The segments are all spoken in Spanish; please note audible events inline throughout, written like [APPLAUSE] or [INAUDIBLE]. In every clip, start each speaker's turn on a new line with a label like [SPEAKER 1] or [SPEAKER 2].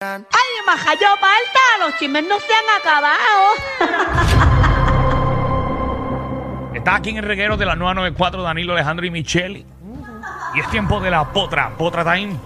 [SPEAKER 1] ¡Ay, majayo palta! ¡Los chismes no se han acabado!
[SPEAKER 2] Está aquí en el reguero de la 994, Danilo Alejandro y Micheli. Y es tiempo de la potra, potra time.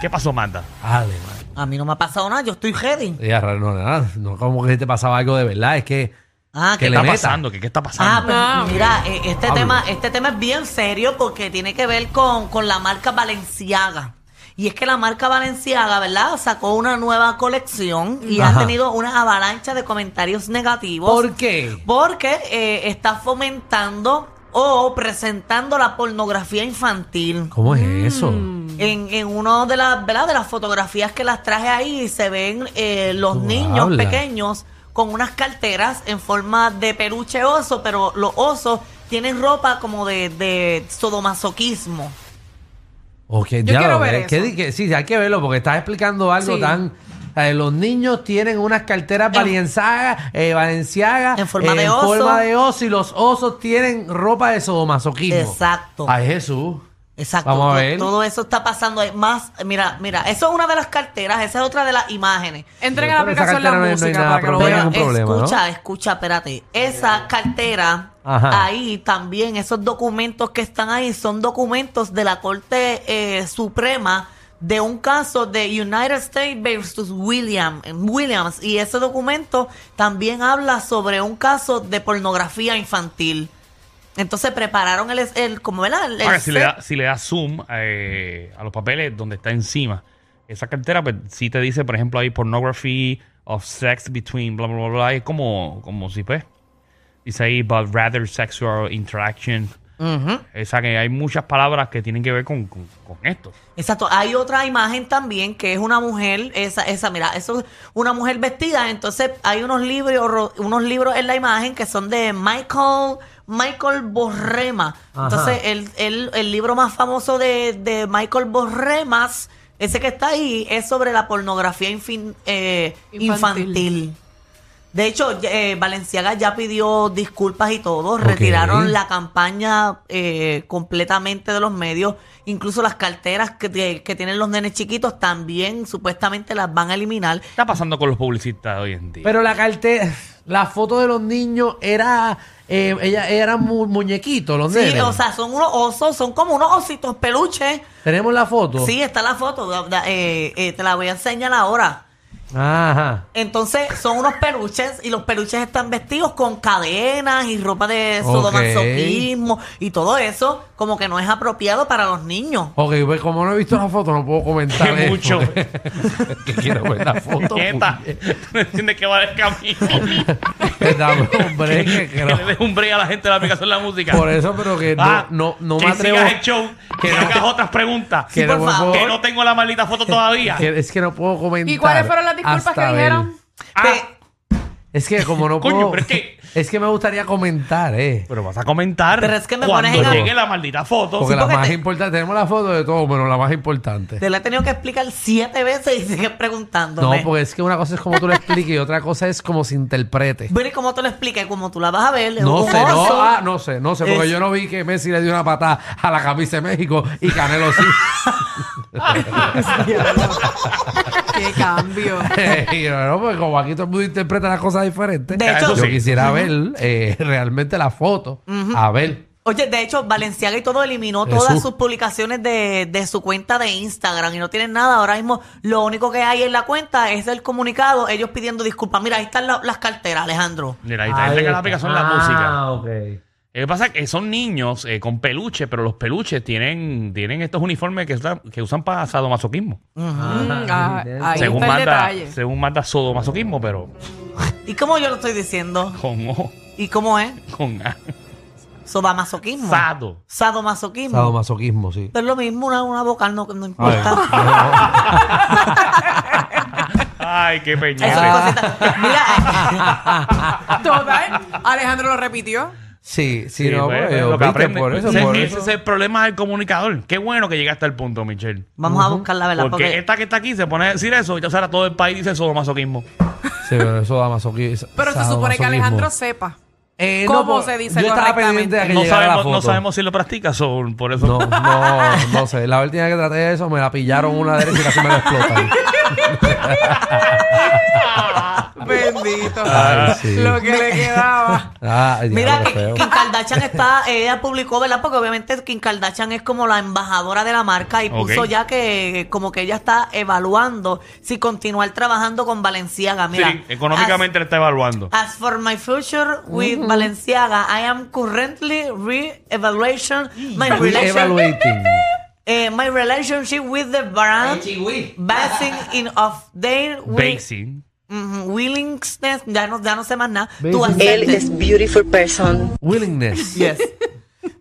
[SPEAKER 2] ¿Qué pasó, Manda?
[SPEAKER 3] Dale, Ah, madre.
[SPEAKER 4] A mí no me ha pasado nada, yo estoy ready.
[SPEAKER 3] Ya, no, no, no, no como que te pasaba algo de verdad, es que.
[SPEAKER 4] Ah,
[SPEAKER 2] ¿Qué
[SPEAKER 3] que
[SPEAKER 4] que
[SPEAKER 3] le
[SPEAKER 2] está
[SPEAKER 3] meta.
[SPEAKER 2] pasando? ¿Qué, qué está
[SPEAKER 4] Ah,
[SPEAKER 2] pasando?
[SPEAKER 4] pues mira, eh, este
[SPEAKER 3] Habla.
[SPEAKER 4] tema, este tema es bien serio porque tiene que ver con, con la marca Balenciaga. Y es que la marca Balenciaga, ¿verdad? Sacó una nueva colección y
[SPEAKER 3] Ajá.
[SPEAKER 4] ha tenido una avalancha de comentarios negativos.
[SPEAKER 3] ¿Por qué?
[SPEAKER 4] Porque eh, está fomentando o presentando la pornografía infantil.
[SPEAKER 3] ¿Cómo es
[SPEAKER 4] Mm.
[SPEAKER 3] eso?
[SPEAKER 4] En, en una de las, ¿verdad? de las fotografías que las traje ahí se ven eh, los
[SPEAKER 3] Tú
[SPEAKER 4] niños
[SPEAKER 3] hablas.
[SPEAKER 4] pequeños con unas carteras en forma de peluche oso, pero los osos tienen ropa como de, de sodomasoquismo.
[SPEAKER 3] Ok, ya lo ves. ¿Qué di- qué- sí, hay que verlo porque estás explicando algo tan. eh, los niños tienen unas carteras
[SPEAKER 4] En-
[SPEAKER 3] valenciagas, eh, valenciagas
[SPEAKER 4] en forma
[SPEAKER 3] eh,
[SPEAKER 4] de
[SPEAKER 3] en
[SPEAKER 4] oso.
[SPEAKER 3] forma de oso, y los osos tienen ropa de sodomasoquismo.
[SPEAKER 4] Exacto.
[SPEAKER 3] Ay, Jesús.
[SPEAKER 4] Exacto.
[SPEAKER 3] Vamos a
[SPEAKER 4] To-
[SPEAKER 3] ver.
[SPEAKER 4] Todo eso está pasando. ahí. Más, mira, mira, eso es una de las carteras, esa es otra de las imágenes.
[SPEAKER 5] Entren
[SPEAKER 3] Yo
[SPEAKER 5] a la
[SPEAKER 3] creo que esa
[SPEAKER 5] aplicación la
[SPEAKER 3] cartera no hay- no hay
[SPEAKER 5] música
[SPEAKER 3] nada,
[SPEAKER 5] para que
[SPEAKER 3] pero
[SPEAKER 5] lo
[SPEAKER 3] bueno,
[SPEAKER 5] vean.
[SPEAKER 3] ningún problema, ¿no?
[SPEAKER 4] escucha, escucha, espérate. Esa cartera,
[SPEAKER 3] Ajá.
[SPEAKER 4] ahí también, esos documentos que están ahí son documentos de la Corte eh, Suprema de un caso de United States versus William, Williams. Y ese documento también habla sobre un caso de pornografía infantil. Entonces prepararon el, el como ¿verdad?
[SPEAKER 3] pues,
[SPEAKER 4] El- el
[SPEAKER 2] Ahora, si, le
[SPEAKER 4] set.
[SPEAKER 2] da, si le das zoom eh, a los papeles donde está encima, esa cartera, pues sí te dice, por ejemplo, ahí pornography of sex between bla, bla, bla, bla. Es como, como si, pues. Dice ahí, but rather sexual interaction. O sea, que hay muchas palabras que tienen que ver con, con- con esto.
[SPEAKER 4] Exacto. Hay otra imagen también que es una mujer, esa, esa, mira, eso es una mujer vestida. Entonces hay unos libros, ro- unos libros en la imagen que son de Michael, Michael Borrema.
[SPEAKER 3] Ajá.
[SPEAKER 4] Entonces el, el- el libro más famoso de, de Michael Borremas, ese que está ahí, es sobre la pornografía infin- eh, infantil.
[SPEAKER 5] Infantil.
[SPEAKER 4] De hecho, ya- eh, Valenciaga ya pidió disculpas y todo.
[SPEAKER 3] Ok.
[SPEAKER 4] Retiraron la campaña eh, completamente de los medios. Incluso las carteras que, que- que tienen los nenes chiquitos también supuestamente las van a eliminar.
[SPEAKER 2] ¿Qué está pasando con los publicistas hoy en día?
[SPEAKER 3] Pero la cartera, la foto de los niños era. eh, ella, eran mu- muñequitos, los
[SPEAKER 4] Sí,
[SPEAKER 3] nenes.
[SPEAKER 4] o sea, son unos osos, son como unos ositos peluches.
[SPEAKER 3] Tenemos la foto.
[SPEAKER 4] Sí, está la foto. da- da- eh, eh, te la voy a enseñar ahora.
[SPEAKER 3] Ajá.
[SPEAKER 4] Entonces, son unos peluches y los peluches están vestidos con cadenas y ropa de
[SPEAKER 3] Ok.
[SPEAKER 4] sodomasoquismo y todo eso, como que no es apropiado para los niños.
[SPEAKER 3] Ok, pues como no he visto la foto, no puedo comentar.
[SPEAKER 2] Qué
[SPEAKER 3] eso.
[SPEAKER 2] mucho.
[SPEAKER 3] [LAUGHS] que quiero ver la foto.
[SPEAKER 2] Quieta.
[SPEAKER 3] puñe-
[SPEAKER 2] ¿Tú [LAUGHS] no entiendes que va el camino?
[SPEAKER 3] Dame un break, [LAUGHS] que,
[SPEAKER 2] que
[SPEAKER 3] no-
[SPEAKER 2] le des un break a la gente de la aplicación de la música.
[SPEAKER 3] Por eso, pero que no,
[SPEAKER 2] Ah,
[SPEAKER 3] no, no
[SPEAKER 2] que
[SPEAKER 3] me atrevo.
[SPEAKER 2] sigas el show, que
[SPEAKER 3] que
[SPEAKER 2] no
[SPEAKER 3] no-
[SPEAKER 2] hagas otras preguntas.
[SPEAKER 3] que
[SPEAKER 4] Sí,
[SPEAKER 3] no
[SPEAKER 4] por
[SPEAKER 3] me
[SPEAKER 4] favor.
[SPEAKER 2] Que no tengo la maldita foto todavía.
[SPEAKER 3] que- es que no puedo comentar.
[SPEAKER 5] ¿Y cuáles fueron las disculpas
[SPEAKER 3] hasta
[SPEAKER 5] que
[SPEAKER 3] ver.
[SPEAKER 5] dijeron?
[SPEAKER 2] Ah,
[SPEAKER 3] Es que como
[SPEAKER 2] [LAUGHS]
[SPEAKER 3] no
[SPEAKER 2] Coño,
[SPEAKER 3] puedo.
[SPEAKER 2] pero es que-
[SPEAKER 3] es que me gustaría comentar, eh.
[SPEAKER 2] pero vas a comentar.
[SPEAKER 4] Pero es que me
[SPEAKER 2] cuando
[SPEAKER 4] pones en-
[SPEAKER 2] llegue la maldita foto. Sí,
[SPEAKER 3] Porque la
[SPEAKER 4] porque
[SPEAKER 3] más
[SPEAKER 4] te-
[SPEAKER 3] importante, tenemos la foto de todo, pero la más importante.
[SPEAKER 4] Te lo he tenido que explicar siete veces y sigues
[SPEAKER 3] No,
[SPEAKER 4] preguntándome.
[SPEAKER 3] porque es que una cosa es como tú lo expliques y otra cosa es como se interprete.
[SPEAKER 4] Bueno, ¿y cómo te lo expliqué? Como tú la vas a ver. es
[SPEAKER 3] No
[SPEAKER 4] un
[SPEAKER 3] sé, no,
[SPEAKER 4] oso.
[SPEAKER 3] ah, no sé, no sé, porque
[SPEAKER 4] Es-
[SPEAKER 3] yo no vi que Messi le dio una patada a la camisa de México y Canelo sí.
[SPEAKER 5] ¡Qué cambio!
[SPEAKER 3] [LAUGHS] y yo, no, pues como aquí todo el mundo interpreta las cosas diferentes,
[SPEAKER 4] De hecho-
[SPEAKER 3] yo
[SPEAKER 2] Sí.
[SPEAKER 3] quisiera ver eh, realmente la foto. A ver.
[SPEAKER 4] Oye, de hecho, Valenciaga y todo eliminó
[SPEAKER 3] Jesús.
[SPEAKER 4] todas sus publicaciones de, de su cuenta de Instagram y no tienen nada. Ahora mismo lo único que hay en la cuenta es el comunicado, ellos pidiendo disculpas. Mira, ahí están la- las carteras, Alejandro.
[SPEAKER 2] Mira, ahí está, ahí está la aplicación de la música.
[SPEAKER 3] Ah, ok.
[SPEAKER 2] Lo que pasa es que son niños eh, con peluche, pero los peluches tienen, tienen estos uniformes que, usan- que usan para sadomasoquismo.
[SPEAKER 5] Mm, ah, ahí
[SPEAKER 2] según,
[SPEAKER 5] está el
[SPEAKER 2] manda,
[SPEAKER 5] detalle.
[SPEAKER 2] según manda sodomasoquismo, pero
[SPEAKER 4] ¿Y cómo yo lo estoy diciendo?
[SPEAKER 2] con O,
[SPEAKER 4] ¿Y cómo es?
[SPEAKER 2] con A.
[SPEAKER 4] Sodomasoquismo.
[SPEAKER 2] Sado.
[SPEAKER 4] Sadomasoquismo.
[SPEAKER 3] Sadomasoquismo, sí.
[SPEAKER 4] Pero es lo mismo, una, una vocal no, no importa.
[SPEAKER 2] Ay, qué
[SPEAKER 4] Eso
[SPEAKER 2] peñal.
[SPEAKER 4] es cosita. Mira,
[SPEAKER 5] Total, [LAUGHS] Alejandro lo repitió.
[SPEAKER 3] Sí, sí,
[SPEAKER 2] Sí,
[SPEAKER 3] no,
[SPEAKER 2] pues,
[SPEAKER 3] pues,
[SPEAKER 2] lo que
[SPEAKER 3] viste,
[SPEAKER 2] aprende.
[SPEAKER 3] por eso,
[SPEAKER 2] ese, [LAUGHS]
[SPEAKER 3] por
[SPEAKER 2] ese
[SPEAKER 3] eso.
[SPEAKER 2] es el problema del comunicador. Qué bueno que llegaste al punto, Michelle.
[SPEAKER 4] vamos a buscar la verdad.
[SPEAKER 2] Porque,
[SPEAKER 4] Porque,
[SPEAKER 2] esta que está aquí se pone a decir eso, y, o sea, todo el país dice sodomasoquismo.
[SPEAKER 3] Sí, pero eso da masoquismo. Eh,
[SPEAKER 5] Pero se supone que Alejandro sepa. ¿Cómo se dice
[SPEAKER 3] pues, yo estaba
[SPEAKER 5] correctamente?
[SPEAKER 3] pendiente de que
[SPEAKER 2] No
[SPEAKER 3] llegara la
[SPEAKER 2] sabemos,
[SPEAKER 3] foto.
[SPEAKER 2] no sabemos si lo practicas o por eso.
[SPEAKER 3] No, no, no sé. La última que traté de eso me la pillaron una derecha y casi me la explotan.
[SPEAKER 5] Bendito.
[SPEAKER 3] Ay, sí.
[SPEAKER 5] Lo que le quedaba.
[SPEAKER 3] Ay,
[SPEAKER 4] Mira,
[SPEAKER 3] diablo, qué
[SPEAKER 4] que
[SPEAKER 3] feo.
[SPEAKER 4] Kim
[SPEAKER 2] [LAUGHS]
[SPEAKER 4] Kardashian está, ella publicó, ¿verdad? Porque obviamente Kim Kardashian es como la embajadora de la marca y puso
[SPEAKER 2] Ok.
[SPEAKER 4] ya que como que ella está evaluando si continuar trabajando con Valenciaga. Mira,
[SPEAKER 2] Sí, económicamente le está evaluando.
[SPEAKER 4] As, as for my future with Balenciaga, I am currently re-evaluation my relationship.
[SPEAKER 3] Evaluating.
[SPEAKER 4] Eh, my relationship with the brand basing in of their wi-
[SPEAKER 2] Basing.
[SPEAKER 4] mhm, willingness ya no, ya no sé más nada
[SPEAKER 3] Basing.
[SPEAKER 4] to accept
[SPEAKER 6] Él
[SPEAKER 4] it.
[SPEAKER 6] es beautiful person.
[SPEAKER 3] Willingness.
[SPEAKER 4] Yes.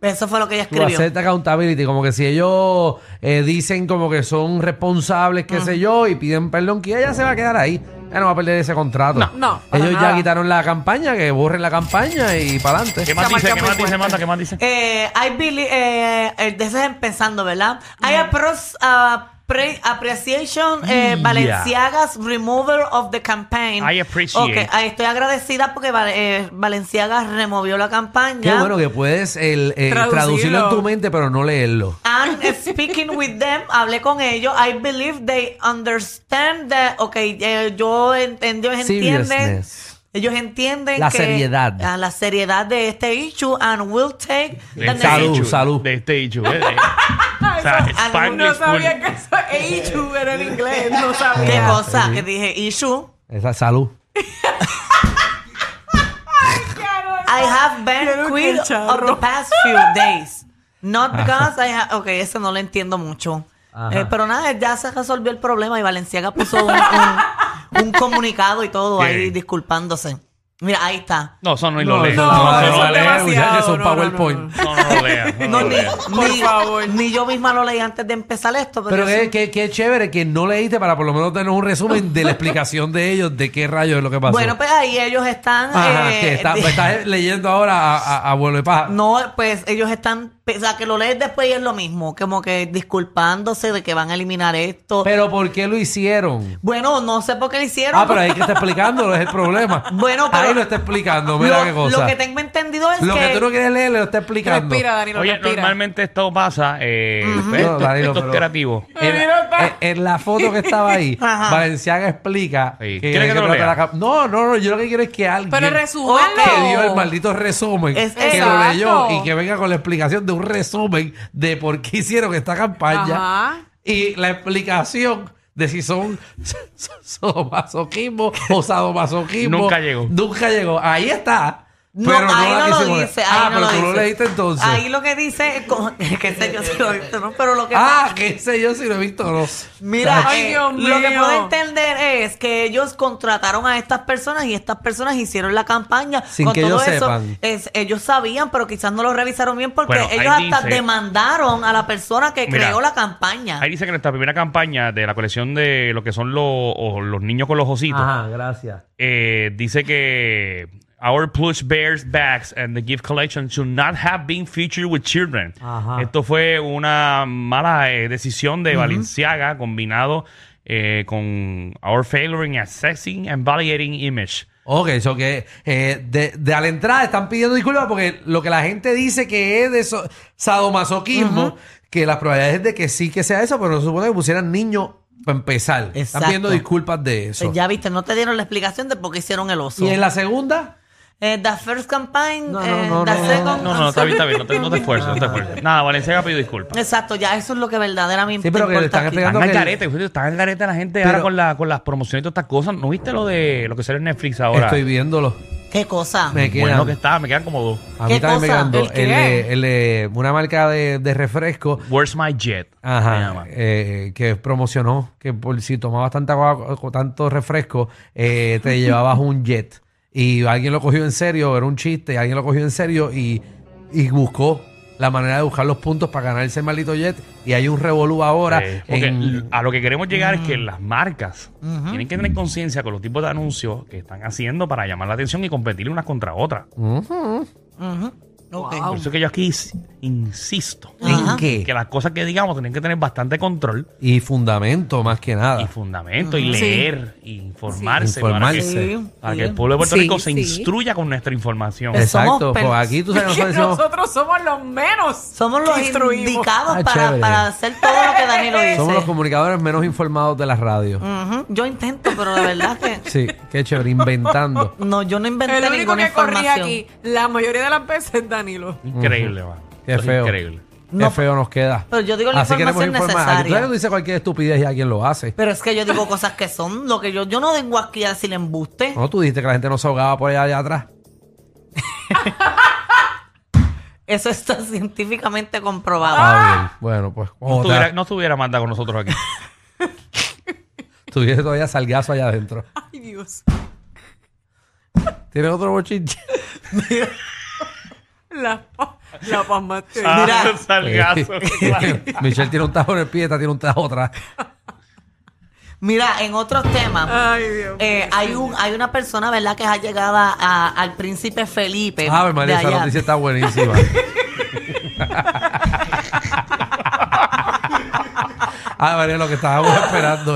[SPEAKER 4] eso fue lo que ella
[SPEAKER 3] Tú
[SPEAKER 4] escribió
[SPEAKER 3] aceptas accountability, como que si ellos eh, dicen como que son responsables, qué
[SPEAKER 5] Mm.
[SPEAKER 3] sé yo, y piden perdón, que ella se va a quedar ahí. Ella no va a perder ese contrato.
[SPEAKER 5] No, para
[SPEAKER 3] Ellos ya
[SPEAKER 5] nada.
[SPEAKER 3] quitaron la campaña, que borren la campaña y para adelante.
[SPEAKER 2] ¿Qué más
[SPEAKER 5] Esta
[SPEAKER 2] dice?
[SPEAKER 5] marca
[SPEAKER 2] ¿Qué
[SPEAKER 5] muy
[SPEAKER 2] más dice,
[SPEAKER 5] fuerte.
[SPEAKER 2] Manda? ¿Qué más dice?
[SPEAKER 4] Eh, I believe, eh, eh, de eso es empezando, ¿verdad?
[SPEAKER 3] Mm.
[SPEAKER 4] I approach, uh, pre- appreciation eh,
[SPEAKER 2] Yeah.
[SPEAKER 4] Balenciaga's removal of the campaign.
[SPEAKER 2] I appreciate.
[SPEAKER 4] Ok, ah, estoy agradecida porque Val- eh, Balenciaga removió la campaña.
[SPEAKER 3] Qué bueno que puedes el, eh, traducirlo.
[SPEAKER 5] Traducirlo.
[SPEAKER 3] en tu mente, pero no leerlo.
[SPEAKER 4] And [LAUGHS] speaking with them, hablé con ellos. I believe they understand that. Ok, eh, yo entiendo, ellos entienden.
[SPEAKER 3] Seriousness.
[SPEAKER 4] Ellos entienden
[SPEAKER 3] La
[SPEAKER 4] que-
[SPEAKER 3] seriedad.
[SPEAKER 4] ah, la seriedad de este issue and will take
[SPEAKER 2] De
[SPEAKER 4] the
[SPEAKER 2] este
[SPEAKER 3] Salud,
[SPEAKER 2] issue,
[SPEAKER 3] salud.
[SPEAKER 2] De este issue, eh, de-
[SPEAKER 5] Ay,
[SPEAKER 2] O sea,
[SPEAKER 5] eso-
[SPEAKER 2] Spanglish
[SPEAKER 5] no sabía
[SPEAKER 2] full.
[SPEAKER 5] que eso Eichu era en inglés.
[SPEAKER 4] [LAUGHS]
[SPEAKER 5] No
[SPEAKER 4] Eh, ¿Qué
[SPEAKER 5] sabía.
[SPEAKER 4] cosa? Que dije, issue.
[SPEAKER 3] Esa salud.
[SPEAKER 4] I have been
[SPEAKER 5] Claro que
[SPEAKER 4] quit
[SPEAKER 5] el charro.
[SPEAKER 4] of the past few days. Not because I have... Ok, eso no lo entiendo mucho.
[SPEAKER 3] Ajá.
[SPEAKER 4] Eh, pero nada, ya se resolvió el problema y Valenciaga puso un, un- un comunicado y todo
[SPEAKER 2] Bien.
[SPEAKER 4] ahí disculpándose. Mira, ahí está.
[SPEAKER 2] No, eso no ni lo lees.
[SPEAKER 5] no,
[SPEAKER 2] No,
[SPEAKER 5] eso
[SPEAKER 2] no
[SPEAKER 5] es
[SPEAKER 2] lo lees.
[SPEAKER 5] demasiado.
[SPEAKER 3] muchachos, son
[SPEAKER 5] no, no,
[SPEAKER 3] PowerPoint.
[SPEAKER 5] no, no.
[SPEAKER 2] No, no lo leas. no
[SPEAKER 4] No,
[SPEAKER 2] lo
[SPEAKER 4] ni,
[SPEAKER 2] leas.
[SPEAKER 5] Por
[SPEAKER 4] ni-
[SPEAKER 5] favor.
[SPEAKER 4] ni yo misma lo leí antes de empezar esto. Pero,
[SPEAKER 3] Pero
[SPEAKER 4] yo
[SPEAKER 3] qué,
[SPEAKER 4] sí-
[SPEAKER 3] qué- qué chévere que no leíste para por lo menos tener un resumen
[SPEAKER 4] [LAUGHS]
[SPEAKER 3] de la explicación de ellos, de qué rayos es lo que pasó.
[SPEAKER 4] Bueno, pues ahí ellos están...
[SPEAKER 3] Ajá,
[SPEAKER 4] eh,
[SPEAKER 3] que está- pues,
[SPEAKER 4] di-
[SPEAKER 3] estás leyendo ahora a, a, a vuelo de paja.
[SPEAKER 4] No, pues ellos están, o sea, que lo lees después y es lo mismo, como que disculpándose de que van a eliminar esto.
[SPEAKER 3] Pero ¿por qué lo hicieron?
[SPEAKER 4] bueno, no sé por qué lo hicieron.
[SPEAKER 3] Ah, pero ahí que está explicándolo, es el problema.
[SPEAKER 4] [LAUGHS] Bueno, pero-
[SPEAKER 3] Ahí lo está explicando, mira
[SPEAKER 4] lo,
[SPEAKER 3] qué cosa.
[SPEAKER 4] lo que tengo entendido es
[SPEAKER 3] Lo
[SPEAKER 4] que,
[SPEAKER 3] que tú no quieres leer, lo está explicando.
[SPEAKER 5] Respira, Danilo,
[SPEAKER 2] Oye,
[SPEAKER 5] respira.
[SPEAKER 2] normalmente esto pasa. Eh,
[SPEAKER 3] No,
[SPEAKER 2] esto,
[SPEAKER 3] Danilo,
[SPEAKER 2] esto es
[SPEAKER 3] pero-
[SPEAKER 2] creativo.
[SPEAKER 3] En,
[SPEAKER 5] Mira,
[SPEAKER 3] en- en la foto que estaba ahí,
[SPEAKER 4] [LAUGHS] Ajá.
[SPEAKER 3] Valenciaga explica
[SPEAKER 2] Sí.
[SPEAKER 3] que,
[SPEAKER 2] ¿Quieres que te lo
[SPEAKER 3] trata
[SPEAKER 2] lea?
[SPEAKER 3] la cap- No, no, no, yo lo que quiero es que alguien
[SPEAKER 5] Pero resúmenlo.
[SPEAKER 3] que dio el maldito resumen,
[SPEAKER 4] Es-
[SPEAKER 3] que lo
[SPEAKER 5] Exacto.
[SPEAKER 3] leyó y que venga con la explicación de un resumen de por qué hicieron esta campaña
[SPEAKER 5] Ajá.
[SPEAKER 3] y la explicación de si son [LAUGHS] sodomasoquismo o sadomasoquismo.
[SPEAKER 2] Nunca llegó.
[SPEAKER 3] Nunca llegó. Ahí está.
[SPEAKER 4] no,
[SPEAKER 3] pero no
[SPEAKER 4] ahí
[SPEAKER 3] la
[SPEAKER 4] no lo
[SPEAKER 3] quisimos leer.
[SPEAKER 4] dice, ahí
[SPEAKER 3] ah,
[SPEAKER 4] no
[SPEAKER 3] pero
[SPEAKER 4] lo
[SPEAKER 3] tú lo
[SPEAKER 4] dice.
[SPEAKER 3] leíste entonces.
[SPEAKER 4] Ahí lo que dice, es [LAUGHS] co- qué sé yo si lo he visto, ¿no? Pero lo que
[SPEAKER 3] Ah, qué sé yo si lo he visto o no.
[SPEAKER 4] Mira,
[SPEAKER 5] Ay,
[SPEAKER 4] eh,
[SPEAKER 5] Dios
[SPEAKER 4] lo que
[SPEAKER 5] mío.
[SPEAKER 4] puedo entender es que ellos contrataron a estas personas y estas personas hicieron la campaña.
[SPEAKER 3] Sin
[SPEAKER 4] con
[SPEAKER 3] que
[SPEAKER 4] todo
[SPEAKER 3] ellos
[SPEAKER 4] eso,
[SPEAKER 3] sepan.
[SPEAKER 4] es- ellos sabían, pero quizás no lo revisaron bien porque
[SPEAKER 2] Bueno, ahí
[SPEAKER 4] ellos hasta
[SPEAKER 2] dice-
[SPEAKER 4] demandaron a la persona que
[SPEAKER 2] Mira,
[SPEAKER 4] creó la campaña.
[SPEAKER 2] Ahí dice que en esta primera campaña de la colección de lo que son los, o los niños con los ositos,
[SPEAKER 3] gracias.
[SPEAKER 2] eh, dice que Our Plush Bears Bags and the Gift Collection should not have been featured with children.
[SPEAKER 3] Ajá.
[SPEAKER 2] Esto fue una mala eh, decisión de Valenciaga combinado eh, con Our Failing at Sexing and Validating Image.
[SPEAKER 3] Ok, eso que eh, de, de a la entrada están pidiendo disculpas porque lo que la gente dice que es de so- sadomasoquismo, que las probabilidades de que sí que sea eso, pero no se supone que pusieran niños para empezar. Están
[SPEAKER 4] Exacto.
[SPEAKER 3] pidiendo disculpas de eso.
[SPEAKER 4] Pues ya viste, no te dieron la explicación de por qué hicieron el oso.
[SPEAKER 3] y en la segunda,
[SPEAKER 4] eh, the first campaign,
[SPEAKER 3] No, no,
[SPEAKER 4] eh,
[SPEAKER 3] no,
[SPEAKER 4] the
[SPEAKER 3] no, no,
[SPEAKER 4] second
[SPEAKER 2] No, no, no, está bien, está bien. No te, no te esfuerces, no te esfuerces. Nada, Valenciaga pidió disculpas.
[SPEAKER 4] Exacto, ya eso es lo que verdaderamente
[SPEAKER 3] Sí, pero que le
[SPEAKER 4] importa
[SPEAKER 3] están
[SPEAKER 4] aquí.
[SPEAKER 3] explicando
[SPEAKER 2] Están al
[SPEAKER 3] que-
[SPEAKER 2] garete, Julio, están al garete la gente ahora
[SPEAKER 3] Pero-
[SPEAKER 2] con, la, con las promociones y todas estas cosas. ¿No viste lo de lo que sale en Netflix ahora?
[SPEAKER 3] Estoy viéndolo.
[SPEAKER 4] ¿Qué cosa?
[SPEAKER 3] Me
[SPEAKER 2] Bueno,
[SPEAKER 3] quedan.
[SPEAKER 2] que está, me quedan como dos.
[SPEAKER 3] A mí
[SPEAKER 4] ¿Qué
[SPEAKER 3] también me
[SPEAKER 4] cosa?
[SPEAKER 3] quedan dos.
[SPEAKER 5] ¿El qué?
[SPEAKER 3] El de- el de una marca de, de refresco.
[SPEAKER 2] Where's My Jet? se
[SPEAKER 3] Ajá,
[SPEAKER 2] llama.
[SPEAKER 3] eh, que promocionó, que por si tomabas tanta agua o tanto refresco, eh,
[SPEAKER 2] [LAUGHS]
[SPEAKER 3] te llevabas un jet. Y alguien lo cogió en serio, era un chiste, alguien lo cogió en serio y, y buscó la manera de buscar los puntos para ganarse el maldito jet. Y hay un revolú ahora.
[SPEAKER 2] Eh, porque
[SPEAKER 3] en- Mm.
[SPEAKER 2] a lo que queremos llegar es que las marcas tienen que tener conciencia con los tipos de anuncios que están haciendo para llamar la atención y competir unas contra otras.
[SPEAKER 4] Ok.
[SPEAKER 2] Por eso es que yo aquí ins- insisto
[SPEAKER 3] ¿En
[SPEAKER 4] Ajá.
[SPEAKER 3] qué?
[SPEAKER 2] que las cosas que digamos tienen que tener bastante control
[SPEAKER 3] Y fundamento, más que nada.
[SPEAKER 2] y fundamento y
[SPEAKER 5] Sí.
[SPEAKER 2] leer y informarse, para
[SPEAKER 3] Informarse.
[SPEAKER 2] que- Para, que,
[SPEAKER 3] Sí,
[SPEAKER 2] el pueblo de Puerto
[SPEAKER 5] Sí,
[SPEAKER 2] Rico se
[SPEAKER 5] sí.
[SPEAKER 2] instruya con nuestra información.
[SPEAKER 4] Es- somos
[SPEAKER 3] Exacto, pues
[SPEAKER 4] pers-
[SPEAKER 3] aquí tú
[SPEAKER 5] Que
[SPEAKER 3] sabes,
[SPEAKER 4] [LAUGHS]
[SPEAKER 3] nosotros decimos,
[SPEAKER 5] nosotros somos los menos.
[SPEAKER 4] Somos
[SPEAKER 5] que
[SPEAKER 4] los
[SPEAKER 5] instruimos.
[SPEAKER 4] indicados
[SPEAKER 3] Ah,
[SPEAKER 4] para,
[SPEAKER 3] chévere.
[SPEAKER 4] para hacer todo lo que Danilo dice.
[SPEAKER 3] somos los comunicadores menos informados de la radio.
[SPEAKER 4] Ujú, Yo intento, pero la
[SPEAKER 3] [LAUGHS]
[SPEAKER 4] verdad que
[SPEAKER 3] Sí, qué chévere, inventando.
[SPEAKER 4] no, yo no inventé
[SPEAKER 5] El único
[SPEAKER 4] ninguna
[SPEAKER 5] que corría
[SPEAKER 4] información.
[SPEAKER 5] aquí, la mayoría de las veces es Danilo.
[SPEAKER 2] increíble, man.
[SPEAKER 3] Qué
[SPEAKER 2] Eso es
[SPEAKER 3] feo.
[SPEAKER 2] Increíble.
[SPEAKER 3] Qué feo nos queda.
[SPEAKER 4] Pero yo digo la
[SPEAKER 3] Así queremos
[SPEAKER 4] información
[SPEAKER 3] informar.
[SPEAKER 4] necesaria.
[SPEAKER 3] Claro, tú dices cualquier estupidez y alguien lo hace.
[SPEAKER 4] Pero es que yo digo cosas que son lo que yo yo no vengo aquí a decir embuste.
[SPEAKER 3] No, tú dijiste que la gente no se ahogaba por allá, allá atrás.
[SPEAKER 4] Eso está [LAUGHS] científicamente comprobado.
[SPEAKER 3] Ah, bien. Bueno, pues.
[SPEAKER 2] No
[SPEAKER 3] Como
[SPEAKER 2] estuviera, no estuviera Magda con nosotros aquí.
[SPEAKER 3] Tuviese todavía salgazo allá adentro.
[SPEAKER 5] Ay, Dios.
[SPEAKER 3] ¿Tienes otro bochinche?
[SPEAKER 5] La, pa- la palma.
[SPEAKER 2] Ah, [LAUGHS]
[SPEAKER 3] [LAUGHS]
[SPEAKER 2] salgazo.
[SPEAKER 3] Michelle tiene un tajo en el pie, esta tiene un tajo atrás.
[SPEAKER 4] Mira, en otros temas,
[SPEAKER 5] Ay, Dios.
[SPEAKER 4] eh, hay un hay una persona, ¿verdad?, que es allegada a- al príncipe Felipe.
[SPEAKER 3] A ver, Ah, pues, María,
[SPEAKER 4] Eh, de
[SPEAKER 3] esa
[SPEAKER 4] allá.
[SPEAKER 3] noticia está
[SPEAKER 4] [LAUGHS]
[SPEAKER 3] buenísima. [LAUGHS] Ah, María, lo que estábamos esperando.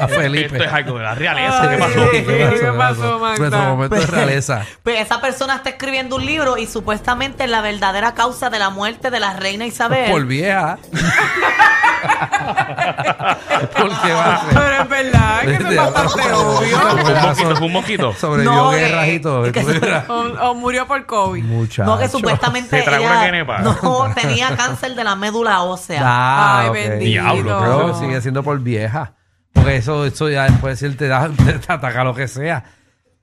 [SPEAKER 3] a Felipe.
[SPEAKER 2] Esto es algo de la realeza. ¿Qué
[SPEAKER 5] Ay,
[SPEAKER 2] pasó?
[SPEAKER 5] Dios. ¿Qué pasó, Magda?
[SPEAKER 3] Nuestro momento de realeza.
[SPEAKER 4] Pues esa persona está escribiendo un libro y supuestamente la verdadera causa de la muerte de la reina Isabel.
[SPEAKER 3] Por
[SPEAKER 5] [LAUGHS]
[SPEAKER 3] vieja. Porque va a ser. Este,
[SPEAKER 5] Pero es verdad que eso es
[SPEAKER 3] [LAUGHS]
[SPEAKER 5] bastante obvio.
[SPEAKER 2] Fue un mosquito, fue un mosquito.
[SPEAKER 3] Sobrevivió
[SPEAKER 4] No, eh,
[SPEAKER 3] guerras y todo.
[SPEAKER 4] es que-
[SPEAKER 3] Mira,
[SPEAKER 5] O, o murió por COVID.
[SPEAKER 3] Muchacho.
[SPEAKER 4] No, que supuestamente
[SPEAKER 2] Se tragó
[SPEAKER 4] ella
[SPEAKER 2] una quenepa.
[SPEAKER 4] [LAUGHS] no tenía cáncer de la médula ósea.
[SPEAKER 3] Ah,
[SPEAKER 5] Ay,
[SPEAKER 3] ok.
[SPEAKER 5] bendito.
[SPEAKER 2] Diablo,
[SPEAKER 3] Pero sigue siendo por vieja. Porque eso, eso ya después de te, da, [LAUGHS] te ataca lo que sea.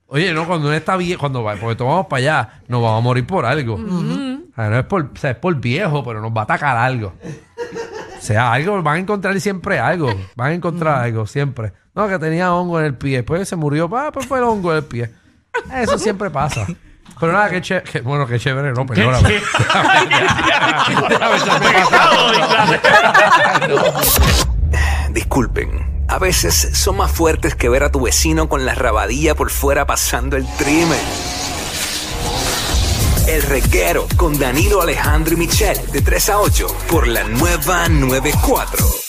[SPEAKER 3] Oye, no, cuando uno está viejo, cuando va, porque todos vamos para allá, nos vamos a morir por algo. O sea, no es por, o sea, es por viejo, pero nos va a atacar algo. O sea, algo, van a encontrar siempre algo. Van a encontrar algo, siempre. No, que tenía hongo en el pie. Después se murió, ah, pues fue el hongo en el pie. Eso siempre pasa. Pero nada, que chévere. bueno, qué chévere, no,
[SPEAKER 2] ¿Qué? [LAUGHS]
[SPEAKER 3] perdóname. [LAUGHS]
[SPEAKER 2] ¿Qué? Pecado, disfraz.
[SPEAKER 6] Disculpen, a veces son más fuertes que ver a tu vecino con la rabadilla por fuera pasando el trimen. El reguero con Danilo Alejandro y Michel de 3 a 8 por la nueva 94.